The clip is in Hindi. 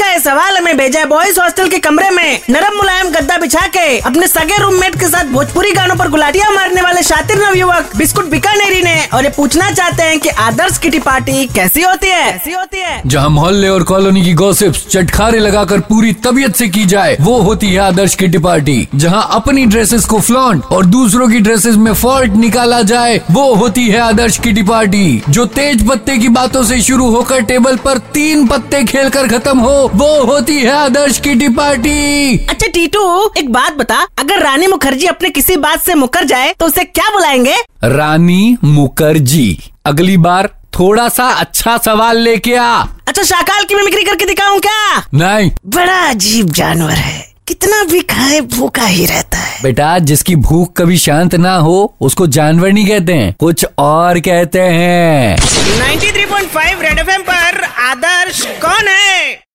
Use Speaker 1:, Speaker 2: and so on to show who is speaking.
Speaker 1: का ये सवाल हमें भेजा है बॉयज हॉस्टल के कमरे में नरम मुलायम गद्दा बिछा के अपने सगे रूममेट के साथ भोजपुरी गानों पर गुलाटियां मारने वाले शातिर नवयुवक बिस्कुट बिकानेरी ने और ये पूछना चाहते हैं कि आदर्श किटी पार्टी कैसी होती है कैसी होती है
Speaker 2: जहाँ मोहल्ले और कॉलोनी की गॉसिप्स चटखारे लगाकर पूरी तबीयत से की जाए वो होती है आदर्श किटी पार्टी जहाँ अपनी ड्रेसेस को फ्लॉन्ट और दूसरों की ड्रेसेस में फॉल्ट निकाला जाए वो होती है आदर्श किटी पार्टी जो तेज पत्ते की बातों से शुरू होकर टेबल पर तीन पत्ते खेलकर खत्म हो वो होती है आदर्श किटी पार्टी
Speaker 1: अच्छा टीटू एक बात बता अगर रानी मुखर्जी अपने किसी बात से मुकर जाए तो उसे क्या बुलाएंगे
Speaker 2: रानी मुखर्जी अगली बार थोड़ा सा अच्छा सवाल लेके आ
Speaker 1: अच्छा शाकाल की मिमिक्री करके दिखाऊं क्या
Speaker 2: नहीं
Speaker 1: बड़ा अजीब जानवर है कितना भी खाए भूखा ही रहता है
Speaker 2: बेटा जिसकी भूख कभी शांत ना हो उसको जानवर नहीं कहते हैं कुछ और कहते हैं
Speaker 3: 93.5 रेड